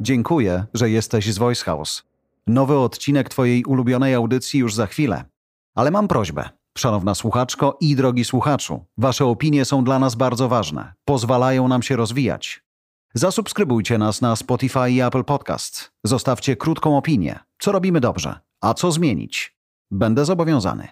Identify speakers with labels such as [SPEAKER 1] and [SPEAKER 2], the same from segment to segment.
[SPEAKER 1] Dziękuję, że jesteś z Voice House. Nowy odcinek Twojej ulubionej audycji już za chwilę. Ale mam prośbę. Szanowna słuchaczko i drogi słuchaczu, Wasze opinie są dla nas bardzo ważne. Pozwalają nam się rozwijać. Zasubskrybujcie nas na Spotify i Apple Podcast. Zostawcie krótką opinię, co robimy dobrze, a co zmienić. Będę zobowiązany.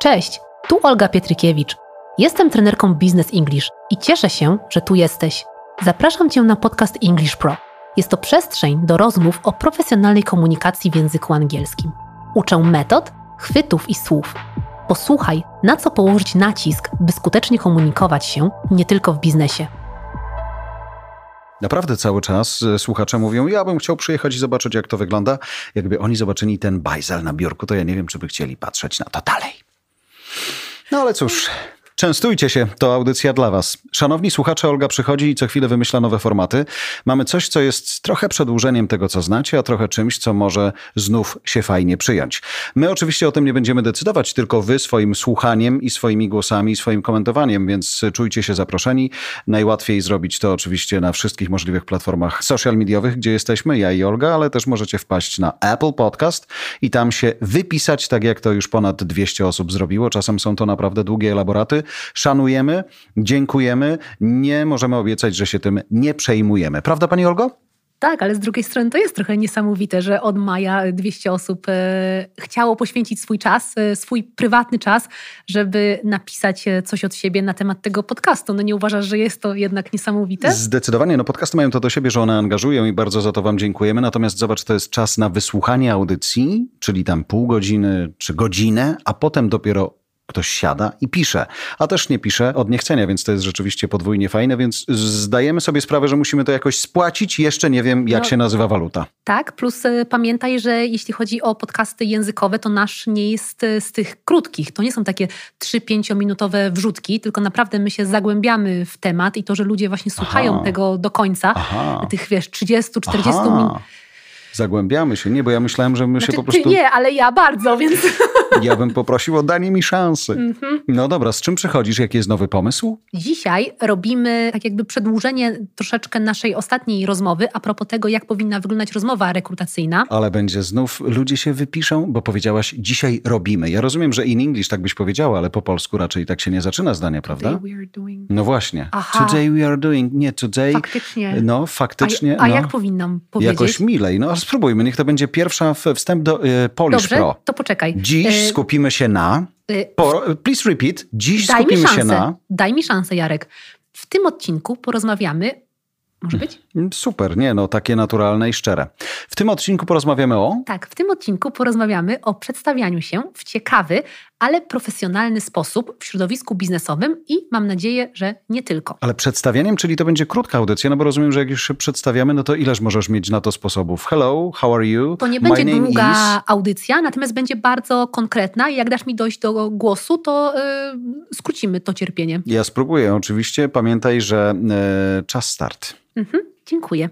[SPEAKER 2] Cześć, tu Olga Pietrykiewicz. Jestem trenerką Business English i cieszę się, że tu jesteś. Zapraszam Cię na podcast English Pro. Jest to przestrzeń do rozmów o profesjonalnej komunikacji w języku angielskim. Uczę metod, chwytów i słów. Posłuchaj, na co położyć nacisk, by skutecznie komunikować się nie tylko w biznesie.
[SPEAKER 1] Naprawdę cały czas e, słuchacze mówią, ja bym chciał przyjechać i zobaczyć, jak to wygląda. Jakby oni zobaczyli ten bajzel na biurku, to ja nie wiem, czy by chcieli patrzeć na to dalej. No ale cóż, częstujcie się, to audycja dla was. Szanowni słuchacze, Olga przychodzi i co chwilę wymyśla nowe formaty. Mamy coś, co jest trochę przedłużeniem tego, co znacie, a trochę czymś, co może znów się fajnie przyjąć. My oczywiście o tym nie będziemy decydować, tylko wy swoim słuchaniem i swoimi głosami, i swoim komentowaniem, więc czujcie się zaproszeni. Najłatwiej zrobić to oczywiście na wszystkich możliwych platformach social mediowych, gdzie jesteśmy, ja i Olga, ale też możecie wpaść na Apple Podcast i tam się wypisać, tak jak to już ponad 200 osób zrobiło. Czasem są to naprawdę długie elaboraty. Szanujemy, dziękujemy. Nie możemy obiecać, że się tym nie przejmujemy. Prawda, Pani Olgo?
[SPEAKER 2] Tak, ale z drugiej strony to jest trochę niesamowite, że od maja 200 osób e, chciało poświęcić swój czas, e, swój prywatny czas, żeby napisać e, coś od siebie na temat tego podcastu. No nie uważasz, że jest to jednak niesamowite?
[SPEAKER 1] Zdecydowanie. No podcasty mają to do siebie, że one angażują i bardzo za to wam dziękujemy. Natomiast zobacz, to jest czas na wysłuchanie audycji, czyli tam pół godziny czy godzinę, a potem dopiero ktoś siada i pisze. A też nie pisze od niechcenia, więc to jest rzeczywiście podwójnie fajne, więc zdajemy sobie sprawę, że musimy to jakoś spłacić. Jeszcze nie wiem, jak
[SPEAKER 2] No.
[SPEAKER 1] się nazywa waluta.
[SPEAKER 2] Tak, plus e, pamiętaj, że jeśli chodzi o podcasty językowe, to nasz nie jest e, z tych krótkich. To nie są takie 3-5 minutowe wrzutki, tylko naprawdę my się zagłębiamy w temat i to, że ludzie właśnie słuchają
[SPEAKER 1] Aha.
[SPEAKER 2] tego do końca,
[SPEAKER 1] Aha.
[SPEAKER 2] tych wiesz, 30-40 minut.
[SPEAKER 1] Aha. Zagłębiamy się, nie, bo ja myślałem, że my się
[SPEAKER 2] Znaczy,
[SPEAKER 1] po prostu.
[SPEAKER 2] Ty nie, ale ja bardzo, więc
[SPEAKER 1] Ja bym poprosił o danie mi szansy.
[SPEAKER 2] Mhm.
[SPEAKER 1] No dobra, z czym przychodzisz? Jaki jest nowy pomysł?
[SPEAKER 2] dzisiaj robimy tak jakby przedłużenie troszeczkę naszej ostatniej rozmowy a propos tego, jak powinna wyglądać rozmowa rekrutacyjna.
[SPEAKER 1] Ale będzie znów, ludzie się wypiszą, bo powiedziałaś, dzisiaj robimy. Ja rozumiem, że in English tak byś powiedziała, ale po polsku raczej tak się nie zaczyna zdanie, prawda?
[SPEAKER 2] Today we are doing-
[SPEAKER 1] No właśnie.
[SPEAKER 2] Aha.
[SPEAKER 1] Today we are doing, nie today.
[SPEAKER 2] Faktycznie.
[SPEAKER 1] No,
[SPEAKER 2] a
[SPEAKER 1] faktycznie.
[SPEAKER 2] a
[SPEAKER 1] no.
[SPEAKER 2] jak powinnam powiedzieć?
[SPEAKER 1] Jakoś milej. No, spróbujmy. Niech to będzie pierwsza w- wstęp do y, Polish
[SPEAKER 2] Dobrze,
[SPEAKER 1] Pro.
[SPEAKER 2] to poczekaj.
[SPEAKER 1] Dziś
[SPEAKER 2] E,
[SPEAKER 1] skupimy się na...
[SPEAKER 2] e,
[SPEAKER 1] Po, please repeat. Dziś
[SPEAKER 2] Daj mi
[SPEAKER 1] skupimy
[SPEAKER 2] szansę.
[SPEAKER 1] się na...
[SPEAKER 2] Daj mi szansę, Jarek. W tym odcinku porozmawiamy. Może być?
[SPEAKER 1] Mm, Super, nie no, takie naturalne i szczere. W tym odcinku porozmawiamy o...
[SPEAKER 2] Tak, w tym odcinku porozmawiamy o przedstawianiu się w ciekawy, ale profesjonalny sposób w środowisku biznesowym i mam nadzieję, że nie tylko.
[SPEAKER 1] Ale przedstawieniem, czyli to będzie krótka audycja, no bo rozumiem, że jak już się przedstawiamy, no to ileż możesz mieć na to sposobów? Hello, how are you?
[SPEAKER 2] To nie
[SPEAKER 1] My
[SPEAKER 2] będzie
[SPEAKER 1] name
[SPEAKER 2] długa
[SPEAKER 1] Is...
[SPEAKER 2] audycja, natomiast będzie bardzo konkretna i jak dasz mi dojść do głosu, to y, skrócimy to cierpienie.
[SPEAKER 1] Ja spróbuję, oczywiście. Pamiętaj, że e, czas start.
[SPEAKER 2] Mhm, dziękuję.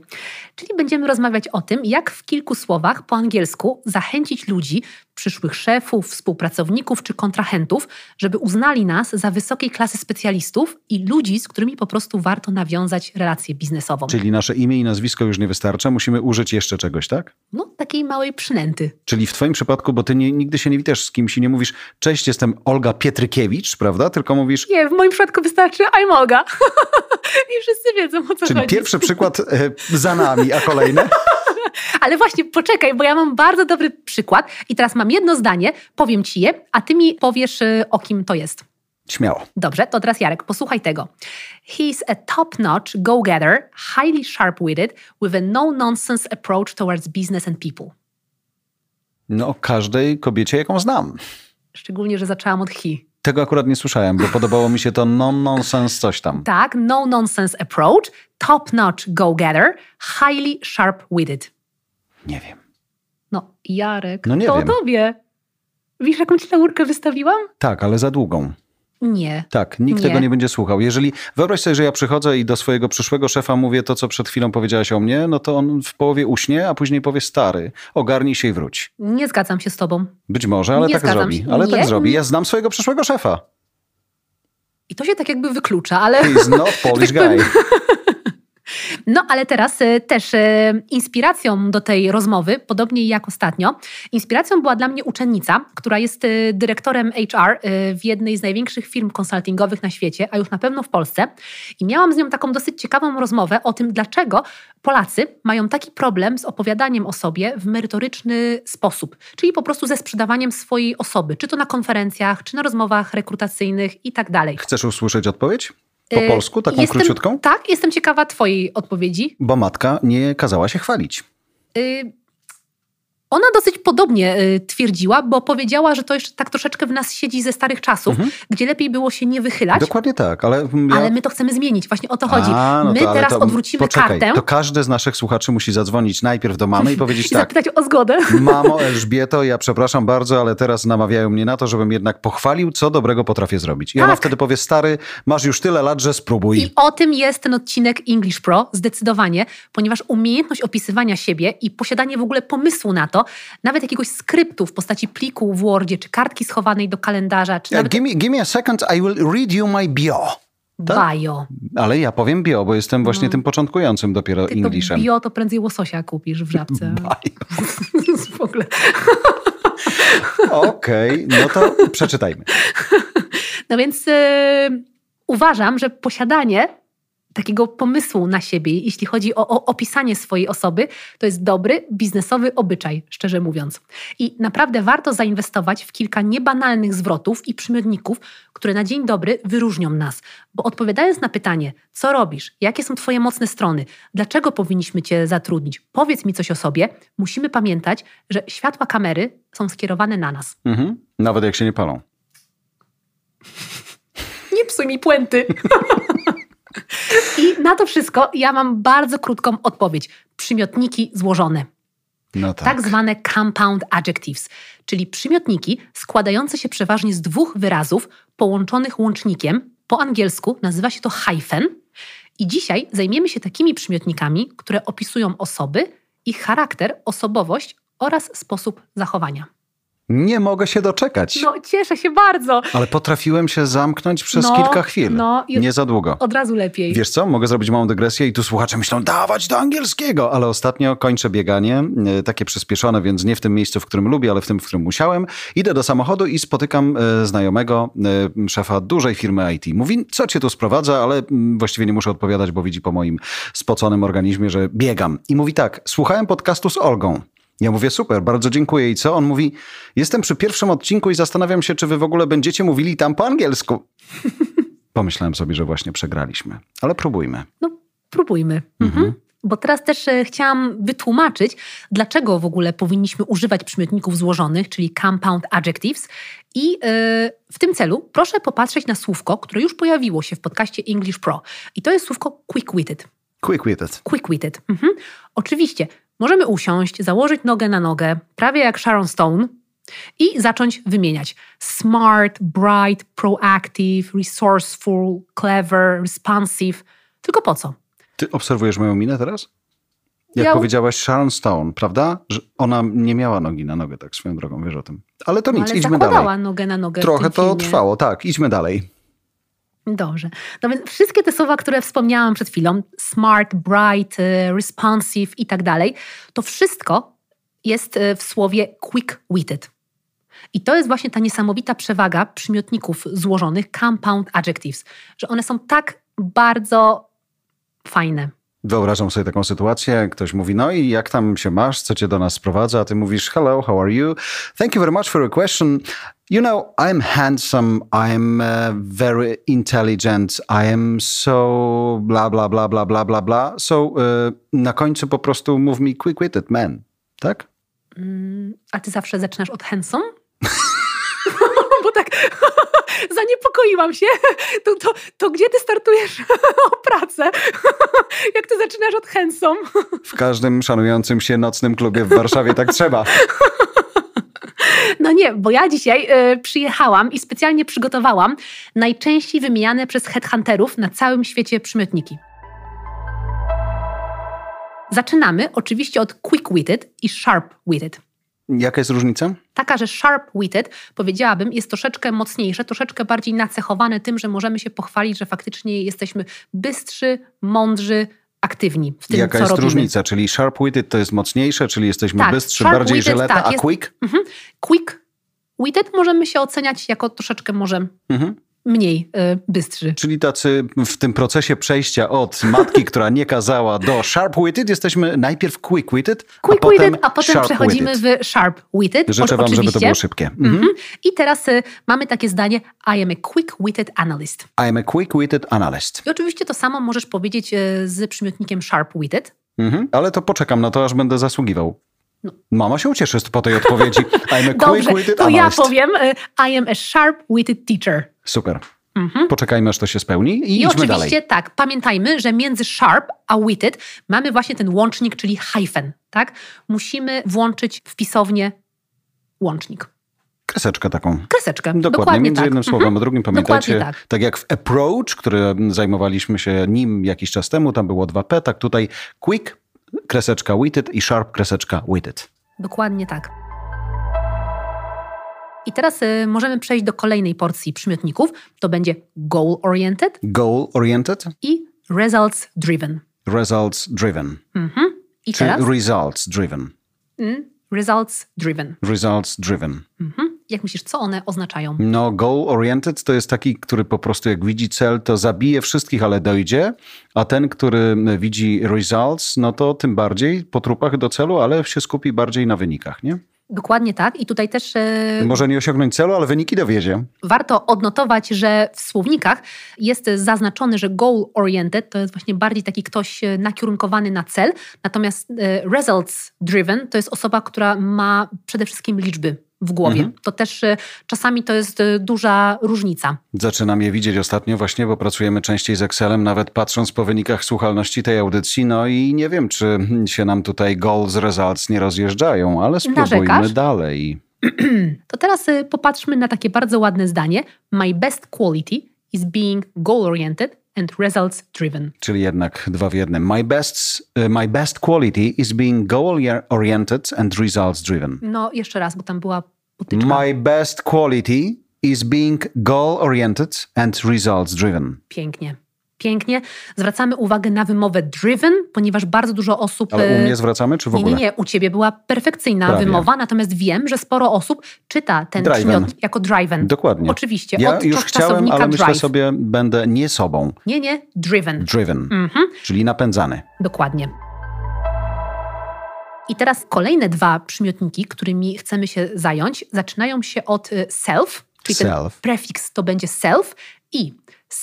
[SPEAKER 2] Czyli będziemy rozmawiać o tym, jak w kilku słowach po angielsku zachęcić ludzi, przyszłych szefów, współpracowników czy kontrahentów, żeby uznali nas za wysokiej klasy specjalistów i ludzi, z którymi po prostu warto nawiązać relację biznesową.
[SPEAKER 1] Czyli nasze imię i nazwisko już nie wystarcza, musimy użyć jeszcze czegoś, tak?
[SPEAKER 2] No, takiej małej przynęty.
[SPEAKER 1] Czyli w twoim przypadku, bo ty nie, nigdy się nie witasz z kimś i nie mówisz cześć, jestem Olga Pietrykiewicz, prawda? Tylko mówisz...
[SPEAKER 2] Nie, w moim przypadku wystarczy I'm Olga. I wszyscy wiedzą, o co
[SPEAKER 1] Czyli
[SPEAKER 2] chodzi.
[SPEAKER 1] pierwszy przykład e, za nami, a kolejne?
[SPEAKER 2] Ale właśnie poczekaj, bo ja mam bardzo dobry przykład i teraz mam jedno zdanie, powiem ci je, a ty mi powiesz, y, o kim to jest.
[SPEAKER 1] Śmiało.
[SPEAKER 2] Dobrze, to teraz Jarek, posłuchaj tego. He's a top-notch go-getter, highly sharp-witted, with a no-nonsense approach towards business and people.
[SPEAKER 1] No, o każdej kobiecie, jaką znam.
[SPEAKER 2] Szczególnie, że zaczęłam od he.
[SPEAKER 1] Tego akurat nie słyszałem, bo podobało mi się to non-nonsense coś tam.
[SPEAKER 2] Tak, no-nonsense approach, top-notch go-getter, highly sharp-witted.
[SPEAKER 1] Nie wiem.
[SPEAKER 2] No, Jarek,
[SPEAKER 1] No nie
[SPEAKER 2] to o
[SPEAKER 1] wiem.
[SPEAKER 2] tobie. Wiesz, jaką ci laurkę wystawiłam?
[SPEAKER 1] Tak, ale za długą.
[SPEAKER 2] Nie.
[SPEAKER 1] Tak, nikt
[SPEAKER 2] Nie.
[SPEAKER 1] tego nie będzie słuchał. Jeżeli wyobraź sobie, że ja przychodzę i do swojego przyszłego szefa mówię to, co przed chwilą powiedziałaś o mnie, no to on w połowie uśnie, a później powie stary, ogarnij się i wróć.
[SPEAKER 2] Nie zgadzam się z tobą.
[SPEAKER 1] Być może, ale
[SPEAKER 2] Nie
[SPEAKER 1] tak
[SPEAKER 2] zgadzam
[SPEAKER 1] zrobi.
[SPEAKER 2] się.
[SPEAKER 1] Ale tak
[SPEAKER 2] Nie.
[SPEAKER 1] zrobi. Ja znam swojego przyszłego szefa.
[SPEAKER 2] I to się tak jakby wyklucza, ale.
[SPEAKER 1] He's not Polish
[SPEAKER 2] Tak powiem.
[SPEAKER 1] guy.
[SPEAKER 2] No ale teraz y, też y, inspiracją do tej rozmowy, podobnie jak ostatnio, inspiracją była dla mnie uczennica, która jest y, dyrektorem HR y, w jednej z największych firm konsultingowych na świecie, a już na pewno w Polsce. I miałam z nią taką dosyć ciekawą rozmowę o tym, dlaczego Polacy mają taki problem z opowiadaniem o sobie w merytoryczny sposób, czyli po prostu ze sprzedawaniem swojej osoby, czy to na konferencjach, czy na rozmowach rekrutacyjnych i tak dalej.
[SPEAKER 1] Chcesz usłyszeć odpowiedź? Po
[SPEAKER 2] Y,
[SPEAKER 1] polsku, taką
[SPEAKER 2] jestem-
[SPEAKER 1] króciutką?
[SPEAKER 2] Tak, jestem ciekawa Twojej odpowiedzi.
[SPEAKER 1] Bo matka nie kazała się chwalić.
[SPEAKER 2] Y, Ona dosyć podobnie y, twierdziła, bo powiedziała, że to jeszcze tak troszeczkę w nas siedzi ze starych czasów,
[SPEAKER 1] Mhm.
[SPEAKER 2] gdzie lepiej było się nie wychylać,
[SPEAKER 1] Dokładnie tak, ale... Ja...
[SPEAKER 2] ale my to chcemy zmienić. Właśnie o to chodzi.
[SPEAKER 1] A, no
[SPEAKER 2] my
[SPEAKER 1] to, ale
[SPEAKER 2] teraz
[SPEAKER 1] to,
[SPEAKER 2] odwrócimy
[SPEAKER 1] poczekaj,
[SPEAKER 2] kartę
[SPEAKER 1] To każdy z naszych słuchaczy musi zadzwonić najpierw do mamy i powiedzieć
[SPEAKER 2] i
[SPEAKER 1] tak.
[SPEAKER 2] zapytać o zgodę.
[SPEAKER 1] Mamo Elżbieto, ja przepraszam bardzo, ale teraz namawiają mnie na to, żebym jednak pochwalił, co dobrego potrafię zrobić. I ona
[SPEAKER 2] Tak.
[SPEAKER 1] wtedy powie, stary, masz już tyle lat, że spróbuj. E,
[SPEAKER 2] I o tym jest ten odcinek English Pro, zdecydowanie, ponieważ umiejętność opisywania siebie i posiadanie w ogóle pomysłu na to, nawet jakiegoś skryptu w postaci pliku w Wordzie, czy kartki schowanej do kalendarza, czy
[SPEAKER 1] Yeah,
[SPEAKER 2] nawet
[SPEAKER 1] give, me, give me a second, I will read you my bio. tak?
[SPEAKER 2] bio.
[SPEAKER 1] Ale ja powiem bio, bo jestem właśnie
[SPEAKER 2] No.
[SPEAKER 1] tym początkującym dopiero
[SPEAKER 2] Ty to
[SPEAKER 1] Englishem.
[SPEAKER 2] bio, to prędzej łososia kupisz w żabce.
[SPEAKER 1] Bio.
[SPEAKER 2] w ogóle.
[SPEAKER 1] Okej, no to przeczytajmy.
[SPEAKER 2] No więc y, uważam, że posiadanie takiego pomysłu na siebie, jeśli chodzi o, o opisanie swojej osoby, to jest dobry biznesowy obyczaj, szczerze mówiąc. I naprawdę warto zainwestować w kilka niebanalnych zwrotów i przymiotników, które na dzień dobry wyróżnią nas. Bo odpowiadając na pytanie, co robisz, jakie są Twoje mocne strony, dlaczego powinniśmy Cię zatrudnić, powiedz mi coś o sobie, musimy pamiętać, że światła kamery są skierowane na nas.
[SPEAKER 1] Mhm. Nawet jak się nie palą.
[SPEAKER 2] Nie psuj mi puenty. I na to wszystko ja mam bardzo krótką odpowiedź. Przymiotniki złożone,
[SPEAKER 1] No
[SPEAKER 2] tak. zwane compound adjectives, czyli przymiotniki składające się przeważnie z dwóch wyrazów połączonych łącznikiem. Po angielsku nazywa się to hyphen. I dzisiaj zajmiemy się takimi przymiotnikami, które opisują osoby, ich charakter, osobowość oraz sposób zachowania.
[SPEAKER 1] Nie mogę się doczekać,
[SPEAKER 2] No, cieszę się bardzo.
[SPEAKER 1] ale potrafiłem się zamknąć przez
[SPEAKER 2] No,
[SPEAKER 1] kilka chwil.
[SPEAKER 2] no i-
[SPEAKER 1] Nie za długo.
[SPEAKER 2] Od razu lepiej.
[SPEAKER 1] Wiesz co, mogę zrobić małą dygresję i tu słuchacze myślą, dawać do angielskiego, ale ostatnio kończę bieganie, e, takie przyspieszone, więc nie w tym miejscu, w którym lubię, ale w tym, w którym musiałem. Idę do samochodu i spotykam e, znajomego, e, szefa dużej firmy IT. Mówi, co cię tu sprowadza, ale mm, właściwie nie muszę odpowiadać, bo widzi po moim spoconym organizmie, że biegam. I mówi tak, słuchałem podcastu z Olgą. Ja mówię, super, bardzo dziękuję. I co? On mówi, jestem przy pierwszym odcinku i zastanawiam się, czy wy w ogóle będziecie mówili tam po angielsku. Pomyślałem sobie, że właśnie przegraliśmy, ale próbujmy.
[SPEAKER 2] No, próbujmy. Mhm. Bo teraz też e, chciałam wytłumaczyć, dlaczego w ogóle powinniśmy używać przymiotników złożonych, czyli compound adjectives. I e, w tym celu proszę popatrzeć na słówko, które już pojawiło się w podcaście English Pro. I to jest słówko quick-witted.
[SPEAKER 1] Quick witted.
[SPEAKER 2] Quick-witted. Mhm. Oczywiście możemy usiąść, założyć nogę na nogę, prawie jak Sharon Stone, i zacząć wymieniać. Smart, bright, proactive, resourceful, clever, responsive. Tylko po co?
[SPEAKER 1] Ty obserwujesz moją minę teraz? Jak
[SPEAKER 2] Ja-
[SPEAKER 1] powiedziałaś Sharon Stone, prawda? Że ona nie miała nogi na nogę, tak swoją drogą, wiesz o tym. Ale to nic,
[SPEAKER 2] ale
[SPEAKER 1] idźmy
[SPEAKER 2] zakładała
[SPEAKER 1] dalej.
[SPEAKER 2] nogę na nogę. w
[SPEAKER 1] Trochę
[SPEAKER 2] tym
[SPEAKER 1] to
[SPEAKER 2] filmie.
[SPEAKER 1] trwało, tak, idźmy dalej.
[SPEAKER 2] Dobrze. No więc wszystkie te słowa, które wspomniałam przed chwilą, smart, bright, e, responsive i tak dalej, to wszystko jest e, w słowie quick-witted. I to jest właśnie ta niesamowita przewaga przymiotników złożonych, compound adjectives, że one są tak bardzo fajne.
[SPEAKER 1] Wyobrażam sobie taką sytuację, ktoś mówi, no i jak tam się masz, co cię do nas sprowadza, a ty mówisz, hello, how are you? Thank you very much for your question. You know, I'm handsome, I'm uh, very intelligent, I am so bla, bla, bla, bla, bla, bla, bla. So, y, na końcu po prostu mów mi quick-witted man, tak?
[SPEAKER 2] Mm, A ty zawsze zaczynasz od handsome? Bo tak zaniepokoiłam się. To, to, to gdzie ty startujesz o pracę? Jak ty zaczynasz od handsome?
[SPEAKER 1] W każdym szanującym się nocnym klubie w Warszawie tak trzeba.
[SPEAKER 2] No nie, bo ja dzisiaj y, przyjechałam i specjalnie przygotowałam najczęściej wymieniane przez headhunterów na całym świecie przymiotniki. Zaczynamy oczywiście od quick-witted i sharp-witted.
[SPEAKER 1] Jaka jest różnica?
[SPEAKER 2] Taka, że sharp-witted, powiedziałabym, jest troszeczkę mocniejsze, troszeczkę bardziej nacechowane tym, że możemy się pochwalić, że faktycznie jesteśmy bystrzy, mądrzy, aktywni w tym,
[SPEAKER 1] Jaka
[SPEAKER 2] co
[SPEAKER 1] jest
[SPEAKER 2] robimy.
[SPEAKER 1] różnica? Czyli sharp-witted to jest mocniejsze, czyli jesteśmy
[SPEAKER 2] Tak,
[SPEAKER 1] bystrzy,
[SPEAKER 2] sharp-witted,
[SPEAKER 1] bardziej żeleta,
[SPEAKER 2] tak,
[SPEAKER 1] a
[SPEAKER 2] jest-
[SPEAKER 1] quick?
[SPEAKER 2] Quick-witted możemy się oceniać jako troszeczkę może
[SPEAKER 1] Mhm.
[SPEAKER 2] mniej y, bystrzy.
[SPEAKER 1] Czyli tacy w tym procesie przejścia od matki, która nie kazała, do sharp-witted jesteśmy najpierw quick-witted, a potem,
[SPEAKER 2] Quick-witted, a potem
[SPEAKER 1] sharp-witted.
[SPEAKER 2] przechodzimy w sharp-witted.
[SPEAKER 1] Życzę
[SPEAKER 2] o-
[SPEAKER 1] wam, żeby to
[SPEAKER 2] oczywiście.
[SPEAKER 1] było szybkie. Mhm.
[SPEAKER 2] Mhm. I teraz y, mamy takie zdanie: I am a quick-witted analyst.
[SPEAKER 1] I am a quick-witted analyst.
[SPEAKER 2] I oczywiście to samo możesz powiedzieć y, z przymiotnikiem sharp-witted.
[SPEAKER 1] Mhm. Ale to poczekam na to, aż będę zasługiwał. Mama się ucieszy po tej odpowiedzi. I'm a
[SPEAKER 2] No. Dobrze,
[SPEAKER 1] quick-witted
[SPEAKER 2] to ja
[SPEAKER 1] analyst.
[SPEAKER 2] powiem: y, I am a sharp-witted teacher.
[SPEAKER 1] Super.
[SPEAKER 2] Mhm.
[SPEAKER 1] Poczekajmy, aż to się spełni i,
[SPEAKER 2] I
[SPEAKER 1] idźmy
[SPEAKER 2] oczywiście
[SPEAKER 1] dalej.
[SPEAKER 2] tak, pamiętajmy, że między sharp a witted mamy właśnie ten łącznik, czyli hyphen, tak? Musimy włączyć wpisownie łącznik.
[SPEAKER 1] Kreseczkę taką.
[SPEAKER 2] Kreseczkę.
[SPEAKER 1] Dokładnie, między
[SPEAKER 2] tak.
[SPEAKER 1] jednym
[SPEAKER 2] Mhm.
[SPEAKER 1] słowem a drugim pamiętajcie,
[SPEAKER 2] Dokładnie
[SPEAKER 1] tak.
[SPEAKER 2] tak.
[SPEAKER 1] jak w approach, który zajmowaliśmy się nim jakiś czas temu, tam było 2p, tak tutaj quick, kreseczka witted i sharp, kreseczka witted.
[SPEAKER 2] Dokładnie tak. I teraz y, możemy przejść do kolejnej porcji przymiotników. To będzie goal-oriented
[SPEAKER 1] Goal oriented,
[SPEAKER 2] i results-driven.
[SPEAKER 1] results driven.
[SPEAKER 2] Mhm. I
[SPEAKER 1] Czy
[SPEAKER 2] teraz
[SPEAKER 1] results driven.
[SPEAKER 2] mm, results-driven.
[SPEAKER 1] Results driven.
[SPEAKER 2] Mhm. Jak myślisz, co one oznaczają?
[SPEAKER 1] No, goal oriented to jest taki, który po prostu jak widzi cel, to zabije wszystkich, ale dojdzie, a ten, który widzi results, no to tym bardziej po trupach do celu, ale się skupi bardziej na wynikach, nie?
[SPEAKER 2] Dokładnie tak. I tutaj też y,
[SPEAKER 1] Może nie osiągnąć celu, ale wyniki dowiezie.
[SPEAKER 2] Warto odnotować, że w słownikach jest zaznaczone, że goal-oriented to jest właśnie bardziej taki ktoś e, nakierunkowany na cel, natomiast results-driven to jest osoba, która ma przede wszystkim liczby w głowie. To też e, czasami to jest e, duża różnica.
[SPEAKER 1] Zaczynam je widzieć ostatnio właśnie, bo pracujemy częściej z Excelem, nawet patrząc po wynikach słuchalności tej audycji, no i nie wiem, czy się nam tutaj goal z results nie rozjeżdżają, ale spróbujmy
[SPEAKER 2] Narzekasz?
[SPEAKER 1] dalej.
[SPEAKER 2] To teraz e, popatrzmy na takie bardzo ładne zdanie. My best quality is being goal-oriented and results-driven.
[SPEAKER 1] Czyli jednak dwa w jednym. My best, y, my best quality is being goal-oriented and results-driven.
[SPEAKER 2] No jeszcze raz, bo tam była potyczka.
[SPEAKER 1] My best quality is being goal-oriented and results-driven.
[SPEAKER 2] Pięknie. Pięknie. Zwracamy uwagę na wymowę driven, ponieważ bardzo dużo osób.
[SPEAKER 1] Ale u
[SPEAKER 2] e,
[SPEAKER 1] mnie zwracamy, czy w
[SPEAKER 2] nie,
[SPEAKER 1] ogóle?
[SPEAKER 2] nie, nie, u ciebie była perfekcyjna
[SPEAKER 1] Prawie.
[SPEAKER 2] wymowa, natomiast wiem, że sporo osób czyta ten
[SPEAKER 1] Driven.
[SPEAKER 2] przymiotnik jako driven.
[SPEAKER 1] Dokładnie.
[SPEAKER 2] Oczywiście,
[SPEAKER 1] Ja
[SPEAKER 2] od
[SPEAKER 1] już
[SPEAKER 2] czas-
[SPEAKER 1] chciałem,
[SPEAKER 2] czasownika
[SPEAKER 1] ale myślę
[SPEAKER 2] drive.
[SPEAKER 1] sobie, będę nie sobą,
[SPEAKER 2] Nie, nie, driven.
[SPEAKER 1] driven,
[SPEAKER 2] Mhm,
[SPEAKER 1] czyli napędzany.
[SPEAKER 2] dokładnie. I teraz kolejne dwa przymiotniki, którymi chcemy się zająć, zaczynają się od e, self, czyli ten
[SPEAKER 1] Self.
[SPEAKER 2] prefiks to będzie self i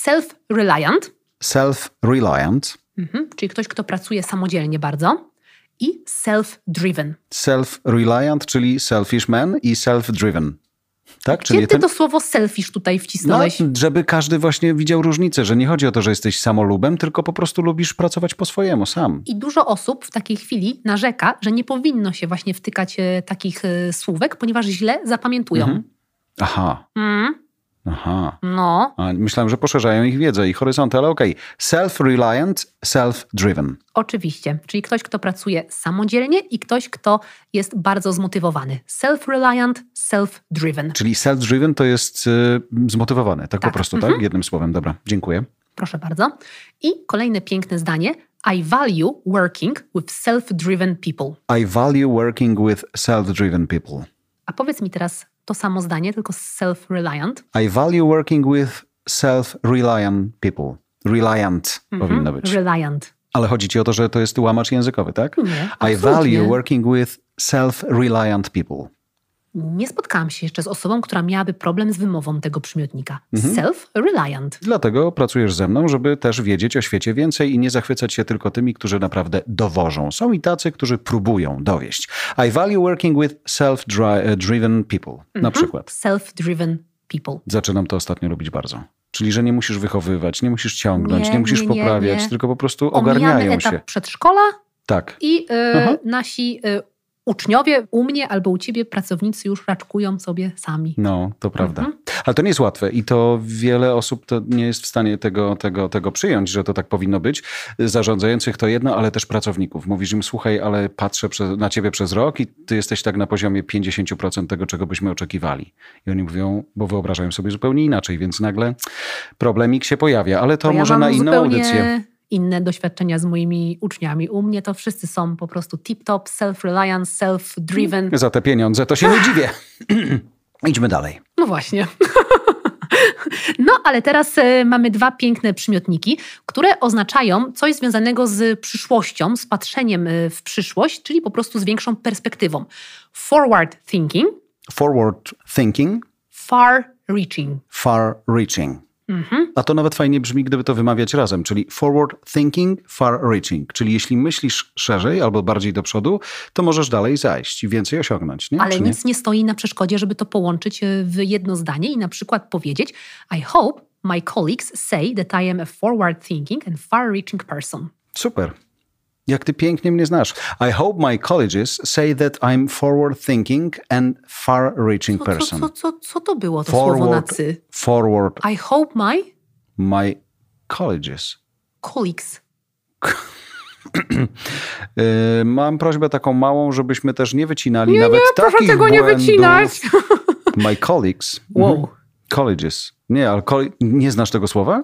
[SPEAKER 2] self-reliant,
[SPEAKER 1] Self-reliant,
[SPEAKER 2] Mhm, czyli ktoś, kto pracuje samodzielnie bardzo. I self-driven.
[SPEAKER 1] self-reliant, czyli selfish man i self-driven. Tak?
[SPEAKER 2] Gdzie
[SPEAKER 1] Czyli
[SPEAKER 2] ty to słowo selfish tutaj wcisnąłeś?
[SPEAKER 1] No, żeby każdy właśnie widział różnicę, że nie chodzi o to, że jesteś samolubem, tylko po prostu lubisz pracować po swojemu sam.
[SPEAKER 2] I dużo osób w takiej chwili narzeka, że nie powinno się właśnie wtykać e, takich e, słówek, ponieważ źle zapamiętują.
[SPEAKER 1] Mhm. Aha,
[SPEAKER 2] Mm,
[SPEAKER 1] aha.
[SPEAKER 2] no,
[SPEAKER 1] A myślałem, że poszerzają ich wiedzę i horyzonty, ale okej. Self-reliant, self-driven.
[SPEAKER 2] oczywiście. Czyli ktoś, kto pracuje samodzielnie i ktoś, kto jest bardzo zmotywowany. Self-reliant, self-driven.
[SPEAKER 1] Czyli self-driven to jest y, zmotywowany, tak,
[SPEAKER 2] Tak,
[SPEAKER 1] po prostu, tak? Jednym słowem, dobra, dziękuję.
[SPEAKER 2] Proszę bardzo. I kolejne piękne zdanie. I value working with self-driven people.
[SPEAKER 1] I value working with self-driven people.
[SPEAKER 2] A powiedz mi teraz to samo zdanie, tylko z self-reliant.
[SPEAKER 1] I value working with self-reliant people. Reliant
[SPEAKER 2] Mhm.
[SPEAKER 1] powinno być.
[SPEAKER 2] Reliant.
[SPEAKER 1] Ale chodzi ci o to, że to jest łamacz językowy, tak?
[SPEAKER 2] Nie,
[SPEAKER 1] I
[SPEAKER 2] absolutnie.
[SPEAKER 1] value working with self-reliant people.
[SPEAKER 2] Nie spotkałam się jeszcze z osobą, która miałaby problem z wymową tego przymiotnika.
[SPEAKER 1] Mhm.
[SPEAKER 2] Self-reliant.
[SPEAKER 1] Dlatego pracujesz ze mną, żeby też wiedzieć o świecie więcej i nie zachwycać się tylko tymi, którzy naprawdę dowożą. Są i tacy, którzy próbują dowieść. I value working with self-driven people, na
[SPEAKER 2] Mhm.
[SPEAKER 1] przykład.
[SPEAKER 2] Self-driven people.
[SPEAKER 1] Zaczynam to ostatnio robić bardzo. Czyli, że nie musisz wychowywać, nie musisz ciągnąć, nie,
[SPEAKER 2] Nie,
[SPEAKER 1] musisz
[SPEAKER 2] nie, nie,
[SPEAKER 1] poprawiać,
[SPEAKER 2] nie.
[SPEAKER 1] tylko po prostu
[SPEAKER 2] Omijamy
[SPEAKER 1] ogarniają
[SPEAKER 2] etap
[SPEAKER 1] się.
[SPEAKER 2] przedszkola
[SPEAKER 1] Tak.
[SPEAKER 2] i y,
[SPEAKER 1] Aha.
[SPEAKER 2] e, nasi y, uczniowie u mnie albo u ciebie, pracownicy już raczkują sobie sami.
[SPEAKER 1] No, to prawda.
[SPEAKER 2] Mhm.
[SPEAKER 1] Ale to nie jest łatwe i to wiele osób to nie jest w stanie tego, tego, tego przyjąć, że to tak powinno być. Zarządzających to jedno, ale też pracowników. Mówisz im, słuchaj, ale patrzę prze, na ciebie przez rok i ty jesteś tak na poziomie 50% tego, czego byśmy oczekiwali. I oni mówią, bo wyobrażają sobie zupełnie inaczej, więc nagle problemik się pojawia, ale to,
[SPEAKER 2] ja
[SPEAKER 1] może
[SPEAKER 2] mam
[SPEAKER 1] na inną
[SPEAKER 2] zupełnie
[SPEAKER 1] audycję.
[SPEAKER 2] Inne doświadczenia z moimi uczniami. U mnie to wszyscy są po prostu tip-top, self-reliance, self-driven.
[SPEAKER 1] Za te pieniądze to się nie dziwię. Idźmy dalej.
[SPEAKER 2] No właśnie. No, ale teraz e, mamy dwa piękne przymiotniki, które oznaczają coś związanego z przyszłością, z patrzeniem e, w przyszłość, czyli po prostu z większą perspektywą. Forward thinking,
[SPEAKER 1] Forward thinking,
[SPEAKER 2] far reaching.
[SPEAKER 1] far reaching.
[SPEAKER 2] Mhm.
[SPEAKER 1] A to nawet fajnie brzmi, gdyby to wymawiać razem, czyli forward thinking, far reaching. Czyli jeśli myślisz szerzej albo bardziej do przodu, to możesz dalej zajść i więcej osiągnąć, nie?
[SPEAKER 2] Ale
[SPEAKER 1] Czy
[SPEAKER 2] nic No nie stoi na przeszkodzie, żeby to połączyć e, w jedno zdanie i na przykład powiedzieć: I hope my colleagues say that I am a forward thinking and far reaching person.
[SPEAKER 1] nie? Super. Jak ty pięknie mnie znasz. I hope my colleagues say that I'm forward thinking and far reaching
[SPEAKER 2] Co, co,
[SPEAKER 1] person.
[SPEAKER 2] No co, co, co to było to słowo na
[SPEAKER 1] Forward,
[SPEAKER 2] cy?
[SPEAKER 1] forward
[SPEAKER 2] I hope my
[SPEAKER 1] my colleagues.
[SPEAKER 2] colleagues
[SPEAKER 1] Yy, mam prośbę taką małą, żebyśmy też nie wycinali
[SPEAKER 2] Nie,
[SPEAKER 1] nawet
[SPEAKER 2] nie, proszę
[SPEAKER 1] takich
[SPEAKER 2] tego nie
[SPEAKER 1] błędów.
[SPEAKER 2] wycinać.
[SPEAKER 1] My colleagues.
[SPEAKER 2] Wow.
[SPEAKER 1] Mhm. Colleges. Nie, ale col- nie znasz tego słowa?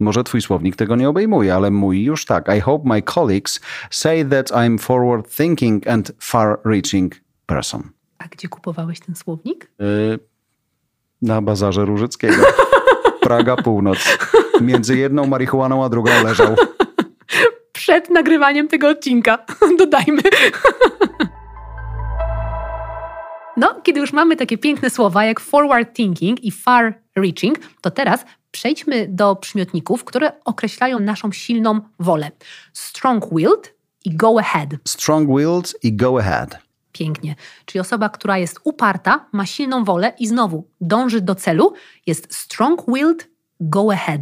[SPEAKER 1] Może twój słownik tego nie obejmuje, ale mój już tak. I hope my colleagues say that I'm forward thinking and far reaching person.
[SPEAKER 2] A gdzie kupowałeś ten słownik?
[SPEAKER 1] Yy, na bazarze Różyckiego. Praga Północ. Między jedną marihuaną a drugą leżał.
[SPEAKER 2] Przed nagrywaniem tego odcinka, dodajmy. No, kiedy już mamy takie piękne słowa jak forward thinking i far reaching, to teraz przejdźmy do przymiotników, które określają naszą silną wolę. Strong-willed i go ahead.
[SPEAKER 1] Strong-willed i go ahead.
[SPEAKER 2] Pięknie. Czyli osoba, która jest uparta, ma silną wolę i znowu dąży do celu, jest strong-willed, go ahead.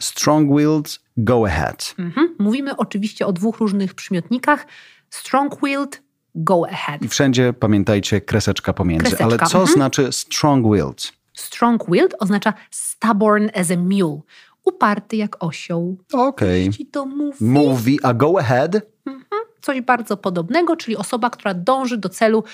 [SPEAKER 1] Strong-willed, go ahead.
[SPEAKER 2] Mhm. Mówimy oczywiście o dwóch różnych przymiotnikach: strong-willed, go ahead.
[SPEAKER 1] I wszędzie pamiętajcie kreseczka pomiędzy.
[SPEAKER 2] Kreseczka,
[SPEAKER 1] Ale co
[SPEAKER 2] mhm.
[SPEAKER 1] znaczy strong-willed?
[SPEAKER 2] Strong-willed oznacza stubborn as a mule, uparty jak osioł.
[SPEAKER 1] Okej.
[SPEAKER 2] Ci to mówi
[SPEAKER 1] Mówi, a go ahead
[SPEAKER 2] coś bardzo podobnego, czyli osoba, która dąży do celu,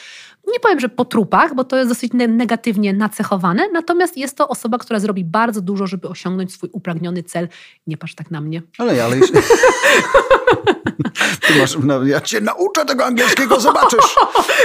[SPEAKER 2] nie powiem, że po trupach, bo to jest dosyć ne- negatywnie nacechowane, natomiast jest to osoba, która zrobi bardzo dużo, żeby osiągnąć swój upragniony cel. Nie patrz tak na mnie.
[SPEAKER 1] Ale, ale jeśli... Ty masz, no, ja cię nauczę tego angielskiego, zobaczysz.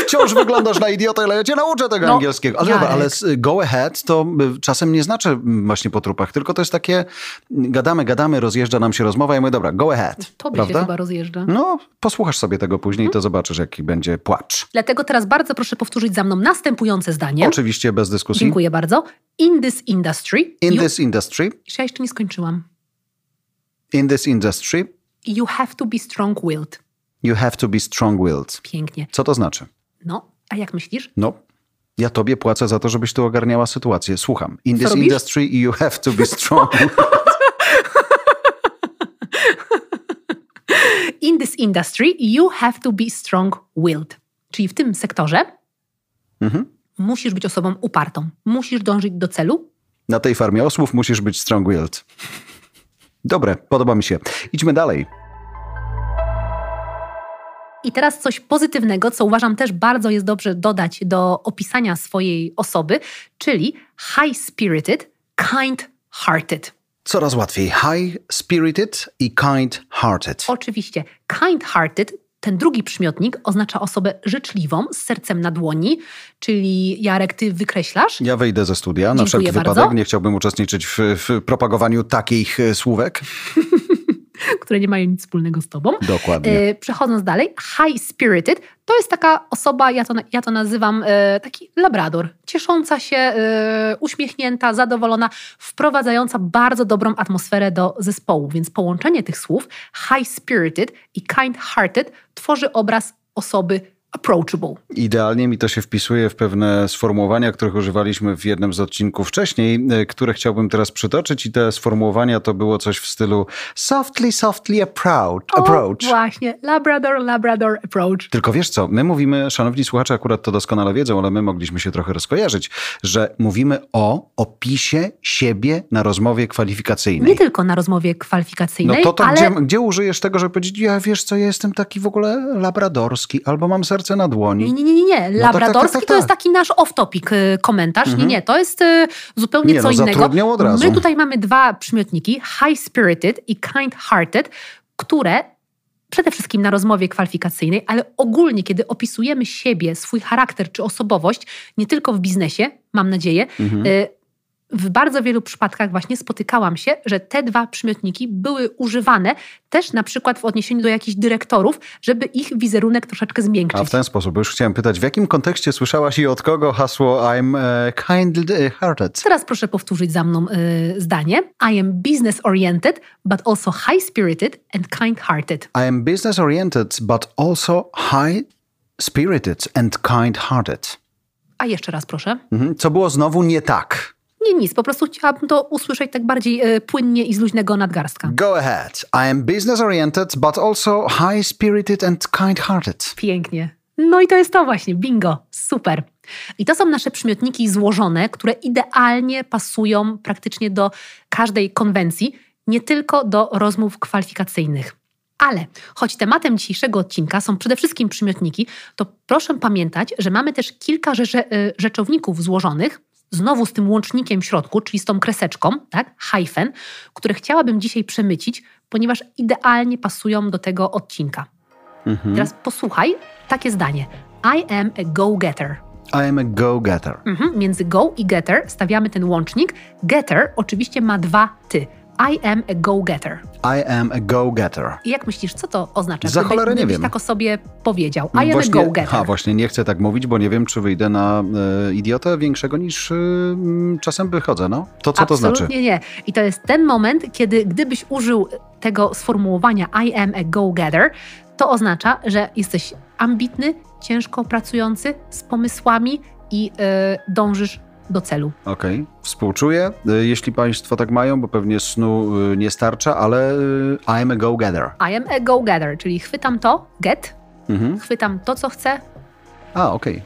[SPEAKER 1] Wciąż wyglądasz na idiotę, ale ja cię nauczę tego
[SPEAKER 2] No,
[SPEAKER 1] angielskiego. Ale dobra,
[SPEAKER 2] Jarek.
[SPEAKER 1] ale s- go ahead to y, czasem nie znaczy mm, właśnie po trupach, tylko to jest takie, mm, gadamy, gadamy, rozjeżdża nam się rozmowa i my, dobra, go ahead.
[SPEAKER 2] Tobie się
[SPEAKER 1] prawda?
[SPEAKER 2] chyba Mhm. rozjeżdża.
[SPEAKER 1] No, posłuchasz sobie tego później, to zobaczysz, jaki będzie płacz.
[SPEAKER 2] Dlatego teraz bardzo proszę powtórzyć za mną następujące zdanie.
[SPEAKER 1] Oczywiście bez dyskusji.
[SPEAKER 2] Dziękuję bardzo. In this industry.
[SPEAKER 1] In
[SPEAKER 2] you,
[SPEAKER 1] this industry,
[SPEAKER 2] Ja jeszcze nie skończyłam.
[SPEAKER 1] in this industry,
[SPEAKER 2] You have to be strong-willed.
[SPEAKER 1] you have to be strong-willed.
[SPEAKER 2] Pięknie.
[SPEAKER 1] Co to znaczy?
[SPEAKER 2] No, a jak myślisz?
[SPEAKER 1] No, ja tobie płacę za to, żebyś tu ogarniała sytuację. Słucham. In this
[SPEAKER 2] robisz?
[SPEAKER 1] industry you have to be strong.
[SPEAKER 2] In this industry you have to be strong-willed. Czyli w tym sektorze
[SPEAKER 1] Mhm.
[SPEAKER 2] musisz być osobą upartą. Musisz dążyć do celu.
[SPEAKER 1] Na tej farmie osłów musisz być strong-willed. Dobre, podoba mi się. Idźmy dalej.
[SPEAKER 2] I teraz coś pozytywnego, co uważam też bardzo jest dobrze dodać do opisania swojej osoby, czyli high-spirited, kind-hearted.
[SPEAKER 1] Coraz łatwiej. High-spirited i kind-hearted.
[SPEAKER 2] Oczywiście, kind-hearted, ten drugi przymiotnik oznacza osobę życzliwą, z sercem na dłoni, czyli Jarek, ty wykreślasz?
[SPEAKER 1] Ja wyjdę ze studia na
[SPEAKER 2] Dziękuję
[SPEAKER 1] wszelki
[SPEAKER 2] bardzo.
[SPEAKER 1] wypadek. Nie chciałbym uczestniczyć w, w propagowaniu takich e, słówek.
[SPEAKER 2] które nie mają nic wspólnego z tobą.
[SPEAKER 1] Dokładnie.
[SPEAKER 2] E, przechodząc dalej, high-spirited to jest taka osoba, ja to, na- ja to nazywam e, taki labrador, ciesząca się, e, uśmiechnięta, zadowolona, wprowadzająca bardzo dobrą atmosferę do zespołu. Więc połączenie tych słów high-spirited i kind-hearted tworzy obraz osoby approachable.
[SPEAKER 1] Idealnie mi to się wpisuje w pewne sformułowania, których używaliśmy w jednym z odcinków wcześniej, e, które chciałbym teraz przytoczyć. I te sformułowania to było coś w stylu softly, softly approach. approach.
[SPEAKER 2] O, właśnie, Labrador, Labrador approach.
[SPEAKER 1] Tylko wiesz co, my mówimy, szanowni słuchacze akurat to doskonale wiedzą, ale my mogliśmy się trochę rozkojarzyć, że mówimy o opisie siebie na rozmowie
[SPEAKER 2] Nie
[SPEAKER 1] kwalifikacyjnej.
[SPEAKER 2] tylko na rozmowie
[SPEAKER 1] No
[SPEAKER 2] kwalifikacyjnej,
[SPEAKER 1] to, to
[SPEAKER 2] ale
[SPEAKER 1] gdzie, gdzie użyjesz tego, żeby powiedzieć, ja wiesz co, ja jestem taki w ogóle labradorski, albo mam serce na
[SPEAKER 2] Nie,
[SPEAKER 1] dłoni.
[SPEAKER 2] nie, nie, nie, nie.
[SPEAKER 1] tak,
[SPEAKER 2] Labradorski
[SPEAKER 1] tak, tak,
[SPEAKER 2] to jest
[SPEAKER 1] tak. Mhm.
[SPEAKER 2] taki nasz off-topic y, komentarz. Nie, nie, to jest y, zupełnie
[SPEAKER 1] Nie,
[SPEAKER 2] co
[SPEAKER 1] no, zatrudniał
[SPEAKER 2] innego.
[SPEAKER 1] od razu.
[SPEAKER 2] My tutaj mamy dwa przymiotniki, high-spirited i kind-hearted, które przede wszystkim na rozmowie kwalifikacyjnej, ale ogólnie, kiedy opisujemy siebie, swój charakter czy osobowość, nie tylko w biznesie, mam nadzieję,
[SPEAKER 1] Mhm.
[SPEAKER 2] y, w bardzo wielu przypadkach właśnie spotykałam się, że te dwa przymiotniki były używane też na przykład w odniesieniu do jakichś dyrektorów, żeby ich wizerunek troszeczkę zmiękczyć.
[SPEAKER 1] A w ten sposób, bo już chciałem pytać, w jakim kontekście słyszałaś i od kogo hasło I'm e, kind-hearted?
[SPEAKER 2] Teraz proszę powtórzyć za mną y, zdanie. I am business oriented, but also high spirited and kind hearted.
[SPEAKER 1] I am business-oriented, but also high-spirited and kind-hearted.
[SPEAKER 2] A jeszcze raz proszę.
[SPEAKER 1] Mhm. Co było znowu nie tak.
[SPEAKER 2] Nie, nic, po prostu chciałabym to usłyszeć tak bardziej y, płynnie i z luźnego nadgarstka.
[SPEAKER 1] Go ahead. I am business oriented, but also high spirited and kind hearted.
[SPEAKER 2] Pięknie. No i to jest to właśnie, bingo, super. I to są nasze przymiotniki złożone, które idealnie pasują praktycznie do każdej konwencji, nie tylko do rozmów kwalifikacyjnych. Ale choć tematem dzisiejszego odcinka są przede wszystkim przymiotniki, to proszę pamiętać, że mamy też kilka rzesze, y, rzeczowników złożonych, znowu z tym łącznikiem w środku, czyli z tą kreseczką, tak, hyphen, które chciałabym dzisiaj przemycić, ponieważ idealnie pasują do tego odcinka.
[SPEAKER 1] Mhm.
[SPEAKER 2] Teraz posłuchaj takie zdanie. I am a go-getter.
[SPEAKER 1] I am a go getter.
[SPEAKER 2] Mhm. Między go i getter stawiamy ten łącznik. Getter oczywiście ma dwa ty. I am a go-getter.
[SPEAKER 1] I am a go getter.
[SPEAKER 2] I jak myślisz, co to oznacza?
[SPEAKER 1] Za
[SPEAKER 2] Gdyby-
[SPEAKER 1] cholerę nie
[SPEAKER 2] gdybyś
[SPEAKER 1] wiem.
[SPEAKER 2] tak o sobie powiedział. I am a
[SPEAKER 1] A
[SPEAKER 2] go-getter.
[SPEAKER 1] właśnie, nie chcę tak mówić, bo nie wiem, czy wyjdę na e, idiotę większego niż e, m, czasem wychodzę. No, to co to
[SPEAKER 2] Absolutnie
[SPEAKER 1] znaczy?
[SPEAKER 2] nie. I to jest ten moment, kiedy gdybyś użył tego sformułowania I am a go-getter, to oznacza, że jesteś ambitny, ciężko pracujący, z pomysłami i y, dążysz do celu.
[SPEAKER 1] Okej, współczuję, e, jeśli państwo tak mają, bo pewnie snu e, nie starcza, ale e, I am a go getter.
[SPEAKER 2] I am a go-getter, czyli chwytam to, get,
[SPEAKER 1] Mhm.
[SPEAKER 2] chwytam to, co chcę.
[SPEAKER 1] A, okej.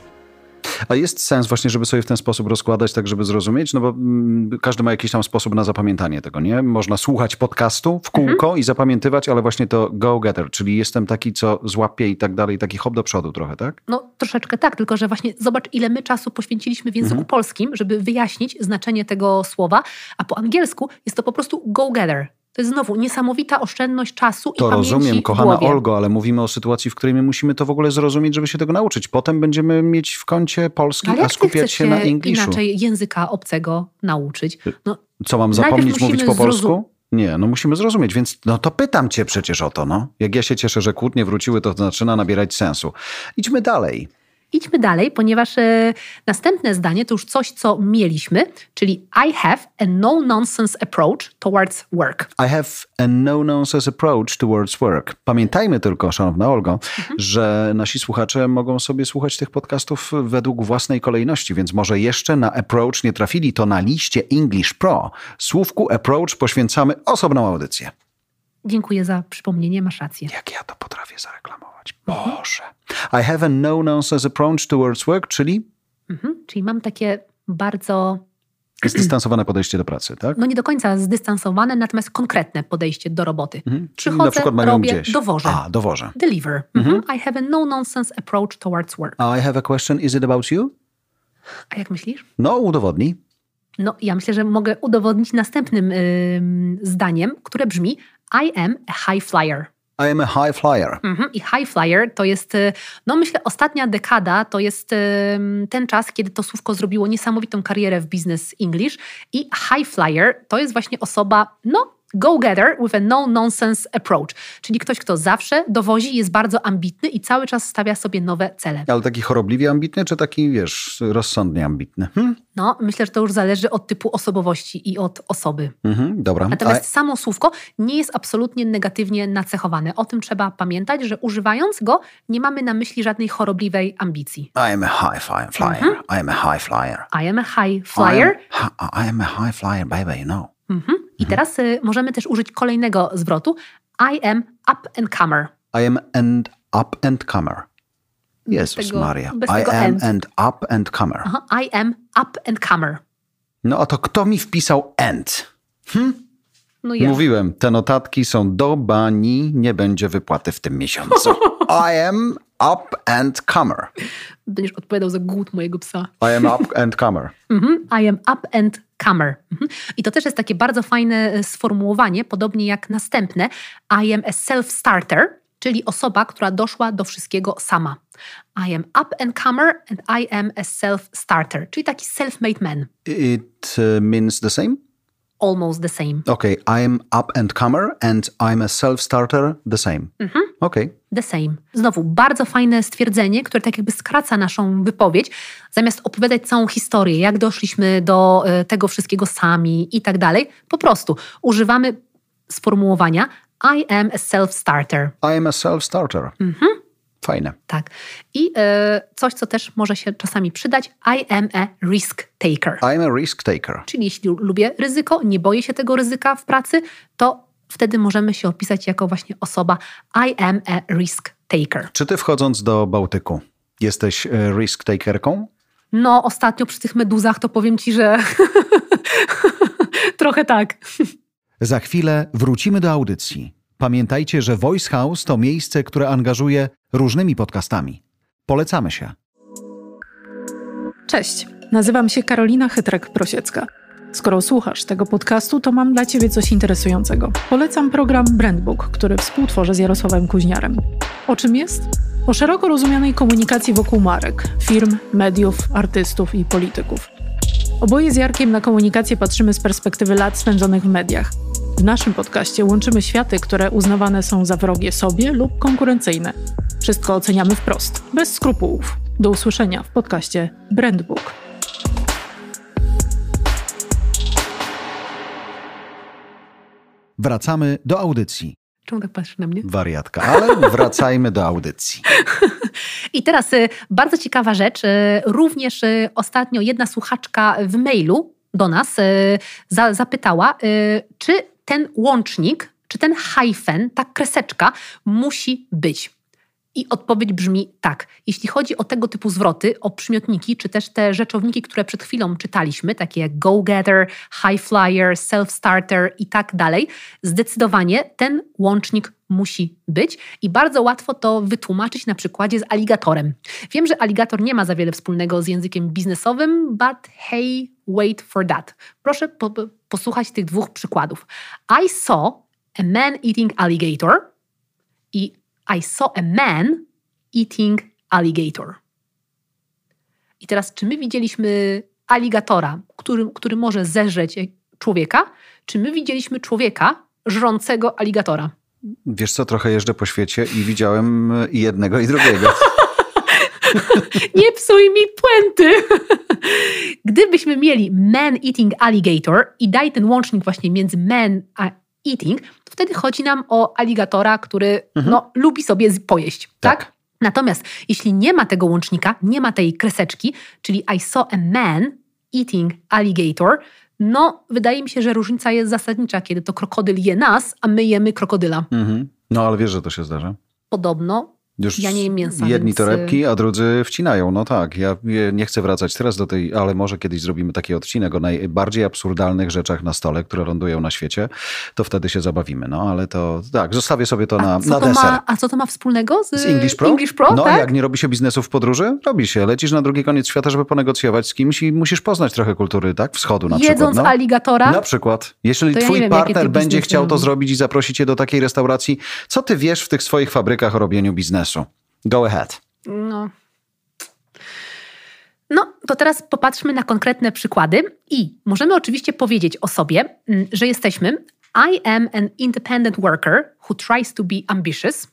[SPEAKER 1] A jest sens właśnie, żeby sobie w ten sposób rozkładać, tak żeby zrozumieć, no bo mm, każdy ma jakiś tam sposób na zapamiętanie tego, nie? Można słuchać podcastu w kółko
[SPEAKER 2] Mhm.
[SPEAKER 1] i zapamiętywać, ale właśnie to go-getter, czyli jestem taki, co złapie i tak dalej, taki hop do przodu trochę, tak?
[SPEAKER 2] No troszeczkę tak, tylko że właśnie zobacz, ile my czasu poświęciliśmy w języku
[SPEAKER 1] Mhm.
[SPEAKER 2] polskim, żeby wyjaśnić znaczenie tego słowa, a po angielsku jest to po prostu go-getter. To jest znowu niesamowita oszczędność czasu
[SPEAKER 1] To
[SPEAKER 2] i pamięci
[SPEAKER 1] rozumiem,
[SPEAKER 2] w
[SPEAKER 1] kochana
[SPEAKER 2] głowie.
[SPEAKER 1] Olgo, ale mówimy o sytuacji, w której my musimy to w ogóle zrozumieć, żeby się tego nauczyć. Potem będziemy mieć w kącie polski,
[SPEAKER 2] No, Ale
[SPEAKER 1] a
[SPEAKER 2] jak ty
[SPEAKER 1] skupiać
[SPEAKER 2] chcesz
[SPEAKER 1] się na Y- Englishu.
[SPEAKER 2] inaczej języka obcego nauczyć? No,
[SPEAKER 1] Co mam
[SPEAKER 2] Najpierw
[SPEAKER 1] zapomnieć mówić po
[SPEAKER 2] musimy
[SPEAKER 1] polsku?
[SPEAKER 2] zrozum-
[SPEAKER 1] Nie, no musimy zrozumieć, więc no to pytam cię przecież o to, no. Jak ja się cieszę, że kłótnie wróciły, to zaczyna nabierać sensu. Idźmy dalej.
[SPEAKER 2] idźmy dalej, ponieważ e, następne zdanie to już coś, co mieliśmy, czyli I have a no-nonsense approach towards work.
[SPEAKER 1] I have a no-nonsense approach towards work. Pamiętajmy tylko, szanowna Olgo,
[SPEAKER 2] Mhm.
[SPEAKER 1] że nasi słuchacze mogą sobie słuchać tych podcastów według własnej kolejności, więc może jeszcze na approach nie trafili, to na liście English Pro słówku approach poświęcamy osobną audycję.
[SPEAKER 2] Dziękuję za przypomnienie, masz rację.
[SPEAKER 1] Jak ja to potrafię zareklamować? Boże. Mhm. I have a no-nonsense approach towards work, czyli
[SPEAKER 2] Mhm. Czyli mam takie bardzo,
[SPEAKER 1] zdystansowane podejście do pracy, tak?
[SPEAKER 2] no nie do końca zdystansowane, natomiast konkretne podejście do roboty.
[SPEAKER 1] Mhm. Czyli
[SPEAKER 2] Przychodzę,
[SPEAKER 1] na przykład mają
[SPEAKER 2] robię,
[SPEAKER 1] gdzieś.
[SPEAKER 2] dowożę.
[SPEAKER 1] A, dowożę.
[SPEAKER 2] Deliver. Mhm. I have a no-nonsense approach towards work.
[SPEAKER 1] I have a question, is it about you?
[SPEAKER 2] A jak myślisz?
[SPEAKER 1] No, udowodnij.
[SPEAKER 2] No, ja myślę, że mogę udowodnić następnym ym, zdaniem, które brzmi I am a high flyer.
[SPEAKER 1] I am a high flyer.
[SPEAKER 2] Mhm. I high flyer to jest, y, no myślę, ostatnia dekada to jest ym, ten czas, kiedy to słówko zrobiło niesamowitą karierę w business English. I high flyer to jest właśnie osoba, no go-getter with a no-nonsense approach, czyli ktoś, kto zawsze dowozi, jest bardzo ambitny i cały czas stawia sobie nowe cele.
[SPEAKER 1] Ale taki chorobliwie ambitny, czy taki, wiesz, rozsądnie ambitny? Hm?
[SPEAKER 2] No, myślę, że to już zależy od typu osobowości i od osoby.
[SPEAKER 1] Mhm, dobra.
[SPEAKER 2] Natomiast samo słówko nie jest absolutnie negatywnie nacechowane. O tym trzeba pamiętać, że używając go nie mamy na myśli żadnej chorobliwej ambicji.
[SPEAKER 1] I, I am a high flyer. flyer. I am a high flyer.
[SPEAKER 2] I am a high Mhm. flyer.
[SPEAKER 1] I am, I am a high flyer, baby, you know.
[SPEAKER 2] Mhm. I teraz y, możemy też użyć kolejnego zwrotu. I am up and comer.
[SPEAKER 1] I am an up and comer. Jezus
[SPEAKER 2] tego-
[SPEAKER 1] Maria.
[SPEAKER 2] bez
[SPEAKER 1] I
[SPEAKER 2] tego
[SPEAKER 1] am
[SPEAKER 2] and.
[SPEAKER 1] and up and comer.
[SPEAKER 2] Aha, I am up and comer.
[SPEAKER 1] No a to kto mi wpisał and?
[SPEAKER 2] No ja.
[SPEAKER 1] Mówiłem, te notatki są do bani, nie będzie wypłaty w tym miesiącu. I am up and comer.
[SPEAKER 2] Będziesz odpowiadał za głód mojego psa.
[SPEAKER 1] I am up and comer.
[SPEAKER 2] Mhm. I am up and comer. Mhm. I to też jest takie bardzo fajne e, sformułowanie, podobnie jak następne. I am a self-starter, czyli osoba, która doszła do wszystkiego sama. I am up and comer and I am a self-starter, czyli taki self-made man.
[SPEAKER 1] It uh, means the same?
[SPEAKER 2] Almost the same.
[SPEAKER 1] Okay, I am up and comer and I'm a self-starter the same.
[SPEAKER 2] Mhm.
[SPEAKER 1] Okay.
[SPEAKER 2] The same. Znowu bardzo fajne stwierdzenie, które tak jakby skraca naszą wypowiedź, zamiast opowiadać całą historię, jak doszliśmy do e, tego wszystkiego sami i tak dalej. Po prostu używamy sformułowania I am a self-starter.
[SPEAKER 1] I am a self-starter.
[SPEAKER 2] Mhm.
[SPEAKER 1] Fajne.
[SPEAKER 2] Tak. I e, coś, co też może się czasami przydać, I am a risk taker.
[SPEAKER 1] I am a risk taker.
[SPEAKER 2] Czyli jeśli lu- lubię ryzyko, nie boję się tego ryzyka w pracy, to wtedy możemy się opisać jako właśnie osoba I am a risk taker.
[SPEAKER 1] Czy ty wchodząc do Bałtyku jesteś e, risk takerką?
[SPEAKER 2] No, ostatnio przy tych meduzach to powiem ci, że trochę tak.
[SPEAKER 1] Za chwilę wrócimy do audycji. Pamiętajcie, że Voice House to miejsce, które angażuje różnymi podcastami. Polecamy się.
[SPEAKER 3] Cześć, nazywam się Karolina Chytrek-Prosiecka. Skoro słuchasz tego podcastu, to mam dla Ciebie coś interesującego. Polecam program Brandbook, który współtworzę z Jarosławem Kuźniarem. O czym jest? O szeroko rozumianej komunikacji wokół marek, firm, mediów, artystów i polityków. Oboje z Jarkiem na komunikację patrzymy z perspektywy lat spędzonych w mediach. W naszym podcaście łączymy światy, które uznawane są za wrogie sobie lub konkurencyjne. Wszystko oceniamy wprost, bez skrupułów. Do usłyszenia w podcaście Brandbook.
[SPEAKER 1] Wracamy do audycji.
[SPEAKER 2] Czemu tak patrzysz na mnie?
[SPEAKER 1] Wariatka, ale wracajmy do audycji.
[SPEAKER 2] I teraz y, bardzo ciekawa rzecz. y, Również y, ostatnio jedna słuchaczka w mailu do nas y, za, zapytała, y, czy ten łącznik, czy ten hyphen, ta kreseczka musi być. I odpowiedź brzmi tak. Jeśli chodzi o tego typu zwroty, o przymiotniki, czy też te rzeczowniki, które przed chwilą czytaliśmy, takie jak go-getter, high flyer, self-starter i tak dalej, zdecydowanie ten łącznik musi być i bardzo łatwo to wytłumaczyć na przykładzie z aligatorem. Wiem, że aligator nie ma za wiele wspólnego z językiem biznesowym, but hey, wait for that. Proszę po po- posłuchać tych dwóch przykładów. I saw a man eating alligator i I saw a man eating alligator. I teraz, czy my widzieliśmy aligatora, który, który może zeżreć człowieka, czy my widzieliśmy człowieka żrącego aligatora?
[SPEAKER 1] Wiesz co, trochę jeżdżę po świecie i widziałem e, i jednego, i drugiego.
[SPEAKER 2] Nie psuj mi puenty! Gdybyśmy mieli man eating alligator i daj ten łącznik właśnie między man a eating, to wtedy chodzi nam o aligatora, który no, lubi sobie z- pojeść, tak?
[SPEAKER 1] Tak.
[SPEAKER 2] Natomiast jeśli nie ma tego łącznika, nie ma tej kreseczki, czyli I saw a man eating alligator, no wydaje mi się, że różnica jest zasadnicza, kiedy to krokodyl je nas, a my jemy krokodyla.
[SPEAKER 1] Mhm. No ale wiesz, że to się zdarza.
[SPEAKER 2] Podobno
[SPEAKER 1] Już
[SPEAKER 2] Ja nie jem mięsa,
[SPEAKER 1] Jedni
[SPEAKER 2] więc, y,
[SPEAKER 1] torebki, a drudzy wcinają. No tak, ja e, nie chcę wracać teraz do tej, ale może kiedyś zrobimy taki odcinek o najbardziej absurdalnych rzeczach na stole, które lądują na świecie. To wtedy się zabawimy. No ale to tak, zostawię sobie to na,
[SPEAKER 2] a, co
[SPEAKER 1] na
[SPEAKER 2] to
[SPEAKER 1] deser.
[SPEAKER 2] ma, a co to ma wspólnego z,
[SPEAKER 1] Z English Pro?
[SPEAKER 2] English Pro
[SPEAKER 1] no,
[SPEAKER 2] tak?
[SPEAKER 1] jak nie robi się biznesu w podróży? Robi się. Lecisz na drugi koniec świata, żeby ponegocjować z kimś i musisz poznać trochę kultury, tak? Wschodu na
[SPEAKER 2] Jedząc
[SPEAKER 1] przykład.
[SPEAKER 2] aligatora,
[SPEAKER 1] Na przykład. Jeśli
[SPEAKER 2] Tak? To ja nie
[SPEAKER 1] twój
[SPEAKER 2] wiem, jakie
[SPEAKER 1] partner
[SPEAKER 2] ty
[SPEAKER 1] będzie
[SPEAKER 2] biznesy
[SPEAKER 1] chciał to
[SPEAKER 2] robisz.
[SPEAKER 1] zrobić i zaprosi cię do takiej restauracji, co ty wiesz w tych swoich fabrykach o robieniu biznesu? Go ahead.
[SPEAKER 2] no. No, to teraz popatrzmy na konkretne przykłady i możemy oczywiście powiedzieć o sobie, mm, że jesteśmy I am an independent worker who tries to be ambitious.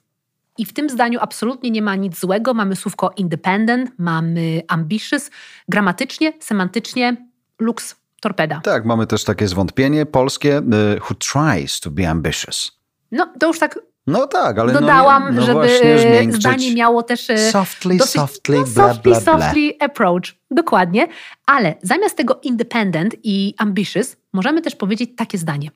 [SPEAKER 2] I w tym zdaniu absolutnie nie ma nic złego. Mamy słówko independent, mamy ambitious. Gramatycznie, semantycznie, luks, torpeda.
[SPEAKER 1] Tak, mamy też takie zwątpienie polskie, y, who tries to be ambitious.
[SPEAKER 2] No, to już tak
[SPEAKER 1] No tak, ale
[SPEAKER 2] dodałam,
[SPEAKER 1] no, no
[SPEAKER 2] żeby
[SPEAKER 1] właśnie
[SPEAKER 2] e,
[SPEAKER 1] zmiękczyć.
[SPEAKER 2] zdanie miało też e,
[SPEAKER 1] Softly,
[SPEAKER 2] dosyć-
[SPEAKER 1] softly,
[SPEAKER 2] no,
[SPEAKER 1] bla,
[SPEAKER 2] softly,
[SPEAKER 1] bla, bla.
[SPEAKER 2] softly approach. Dokładnie. Ale zamiast tego independent i ambitious, możemy też powiedzieć takie zdanie.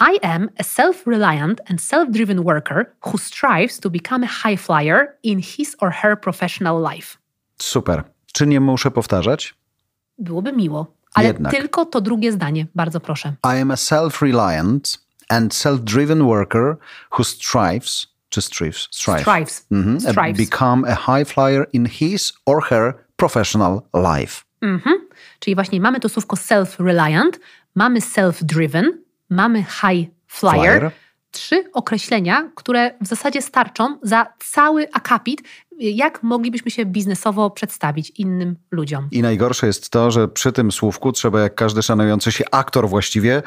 [SPEAKER 2] I am a self-reliant and self-driven worker who strives to become a high flyer in his or her professional life.
[SPEAKER 1] Super. Czy nie muszę powtarzać?
[SPEAKER 2] Byłoby miło. Ale
[SPEAKER 1] Jednak.
[SPEAKER 2] tylko to drugie zdanie, bardzo proszę.
[SPEAKER 1] I am a self-reliant and self-driven worker who strives, czy strives? Strives.
[SPEAKER 2] Strives.
[SPEAKER 1] Mhm. and
[SPEAKER 2] Strives.
[SPEAKER 1] Become a high flyer in his or her professional life.
[SPEAKER 2] Mhm. Czyli właśnie mamy to słówko self-reliant, mamy self-driven, mamy high flyer.
[SPEAKER 1] Flyer.
[SPEAKER 2] Trzy określenia, które w zasadzie starczą za cały akapit, jak moglibyśmy się biznesowo przedstawić innym ludziom.
[SPEAKER 1] I najgorsze jest to, że przy tym słówku trzeba, jak każdy szanujący się aktor właściwie,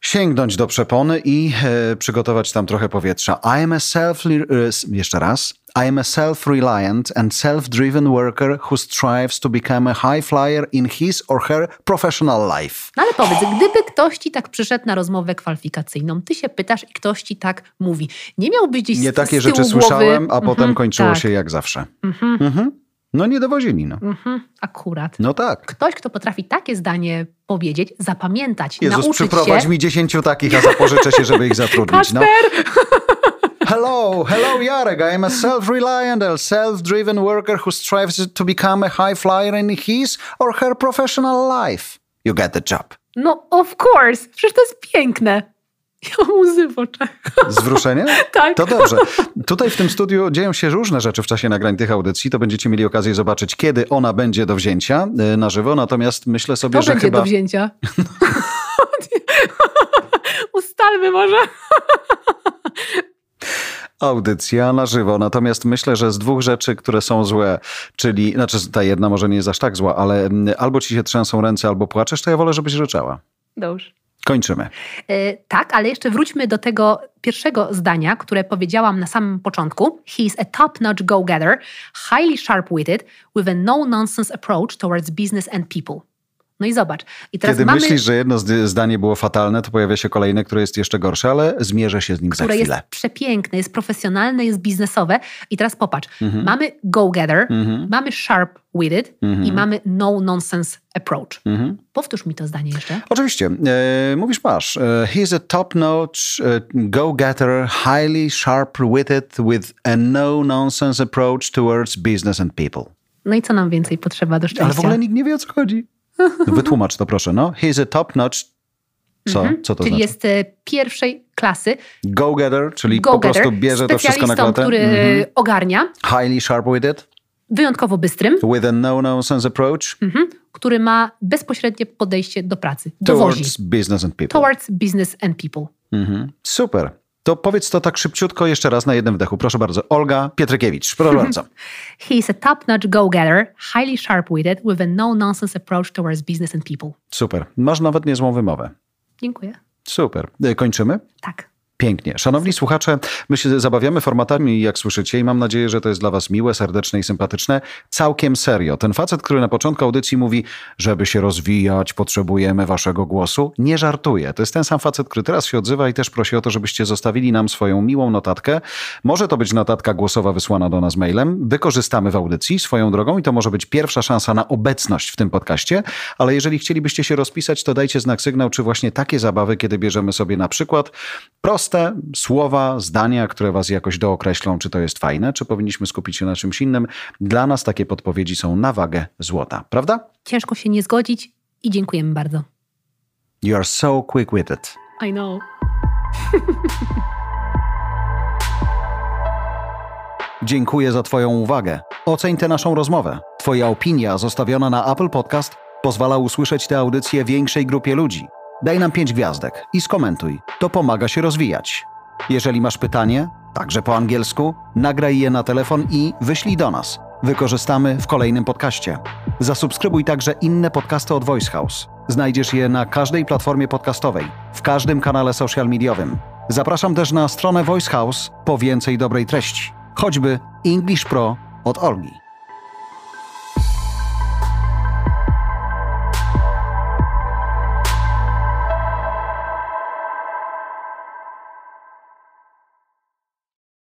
[SPEAKER 1] sięgnąć do przepony i e, przygotować tam trochę powietrza. I am a self... e, Jeszcze raz. I am a self-reliant and self-driven worker who strives to become a high flyer in his or her professional life.
[SPEAKER 2] No ale powiedz, gdyby ktoś ci tak przyszedł na rozmowę kwalifikacyjną, ty się pytasz i ktoś ci tak mówi. Nie miałbyś gdzieś
[SPEAKER 1] Nie
[SPEAKER 2] z,
[SPEAKER 1] takie
[SPEAKER 2] z tyłu
[SPEAKER 1] rzeczy
[SPEAKER 2] głowy...
[SPEAKER 1] słyszałem, a
[SPEAKER 2] Mhm,
[SPEAKER 1] potem kończyło
[SPEAKER 2] tak.
[SPEAKER 1] się jak zawsze. Mhm. No nie dowozili, no.
[SPEAKER 2] Mhm, akurat.
[SPEAKER 1] No tak.
[SPEAKER 2] Ktoś, kto potrafi takie zdanie powiedzieć, zapamiętać,
[SPEAKER 1] Jezus,
[SPEAKER 2] nauczyć
[SPEAKER 1] przyprowadź
[SPEAKER 2] się...
[SPEAKER 1] mi dziesięciu takich, a zapożyczę się, żeby ich zatrudnić. No.
[SPEAKER 2] Kasper!
[SPEAKER 1] Hello, hello Jarek, I am a self-reliant and self-driven worker who strives to become a high flyer in his or her professional life. You get the job.
[SPEAKER 2] No, of course! Przecież to jest piękne. Ja mam łzy w oczach.
[SPEAKER 1] Z wzruszeniem?
[SPEAKER 2] Tak.
[SPEAKER 1] To dobrze. Tutaj w tym studiu dzieją się różne rzeczy w czasie nagrań tych audycji. To będziecie mieli okazję zobaczyć, kiedy ona będzie do wzięcia y, na żywo. Natomiast myślę sobie,
[SPEAKER 2] To
[SPEAKER 1] że
[SPEAKER 2] będzie
[SPEAKER 1] chyba...
[SPEAKER 2] do wzięcia. Ustalmy może.
[SPEAKER 1] audycja na żywo. Natomiast myślę, że z dwóch rzeczy, które są złe, czyli, znaczy ta jedna może nie jest aż tak zła, ale mm, albo ci się trzęsą ręce, albo płaczesz, to ja wolę, żebyś ryczała.
[SPEAKER 2] Dobrze.
[SPEAKER 1] Kończymy.
[SPEAKER 2] E, tak, ale jeszcze wróćmy do tego pierwszego zdania, które powiedziałam na samym początku. He is a top-notch go-getter, highly sharp-witted, with a no-nonsense approach towards business and people. No i zobacz. I teraz
[SPEAKER 1] Kiedy
[SPEAKER 2] mamy...
[SPEAKER 1] myślisz, że jedno zd- zdanie było fatalne, to pojawia się kolejne, które jest jeszcze gorsze, ale zmierzę się z nim za
[SPEAKER 2] które jest
[SPEAKER 1] chwilę.
[SPEAKER 2] przepiękne, jest profesjonalne, jest biznesowe. I teraz popatrz,
[SPEAKER 1] Mhm.
[SPEAKER 2] mamy go-getter, mamy sharp-witted
[SPEAKER 1] Mhm.
[SPEAKER 2] i mamy no-nonsense approach. Powtórz mi to zdanie jeszcze.
[SPEAKER 1] Oczywiście, e, mówisz masz. E, he is a top-notch e, go-getter, highly sharp-witted with a no-nonsense approach towards business and people.
[SPEAKER 2] No i co nam więcej potrzeba do szczęścia?
[SPEAKER 1] Ale w ogóle nikt nie wie, o co chodzi. No Wytłumacz to proszę, no. He's a top notch. Co, co to
[SPEAKER 2] Czyli
[SPEAKER 1] znaczy?
[SPEAKER 2] jest e, pierwszej klasy
[SPEAKER 1] Go-getter, czyli po
[SPEAKER 2] go-getter,
[SPEAKER 1] prostu bierze to wszystko na
[SPEAKER 2] specjalistą,
[SPEAKER 1] klatę.
[SPEAKER 2] który
[SPEAKER 1] Mhm.
[SPEAKER 2] e, ogarnia,
[SPEAKER 1] Highly sharp-witted,
[SPEAKER 2] wyjątkowo bystrym,
[SPEAKER 1] with a no-nonsense approach
[SPEAKER 2] mhm, który ma bezpośrednie podejście do pracy, dowozi.
[SPEAKER 1] towards business and people.
[SPEAKER 2] Towards business and people.
[SPEAKER 1] Mhm. Super. To powiedz to tak szybciutko jeszcze raz na jednym wdechu. Proszę bardzo. Olga Pietrykiewicz, proszę bardzo.
[SPEAKER 2] He is a top-notch go-getter, highly sharp-witted, with a no-nonsense approach towards business and people.
[SPEAKER 1] Super. Masz nawet niezłą wymowę.
[SPEAKER 2] Dziękuję.
[SPEAKER 1] Super. E, Kończymy?
[SPEAKER 2] Tak.
[SPEAKER 1] Pięknie. Szanowni słuchacze, my się zabawiamy formatami, jak słyszycie, i mam nadzieję, że to jest dla Was miłe, serdeczne i sympatyczne. Całkiem serio. Ten facet, który na początku audycji mówi, żeby się rozwijać, potrzebujemy Waszego głosu, nie żartuje. To jest ten sam facet, który teraz się odzywa i też prosi o to, żebyście zostawili nam swoją miłą notatkę. Może to być notatka głosowa wysłana do nas mailem. Wykorzystamy w audycji swoją drogą i to może być pierwsza szansa na obecność w tym podcaście. Ale jeżeli chcielibyście się rozpisać, to dajcie znak sygnał, czy właśnie takie zabawy, kiedy bierzemy sobie na przykład proste słowa, zdania, które was jakoś dookreślą, czy to jest fajne, czy powinniśmy skupić się na czymś innym. Dla nas takie podpowiedzi są na wagę złota, prawda?
[SPEAKER 2] Ciężko się nie zgodzić i dziękujemy bardzo.
[SPEAKER 1] You are so quick-witted.
[SPEAKER 2] I know.
[SPEAKER 1] Dziękuję za Twoją uwagę. Oceń tę naszą rozmowę. Twoja opinia zostawiona na Apple Podcast pozwala usłyszeć tę audycję większej grupie ludzi. Daj nam pięć gwiazdek i skomentuj. To pomaga się rozwijać. Jeżeli masz pytanie, także po angielsku, nagraj je na telefon i wyślij do nas. Wykorzystamy w kolejnym podcaście. Zasubskrybuj także inne podcasty od Voice House. Znajdziesz je na każdej platformie podcastowej, w każdym kanale social mediowym. Zapraszam też na stronę Voice House po więcej dobrej treści, choćby English Pro od Olgi.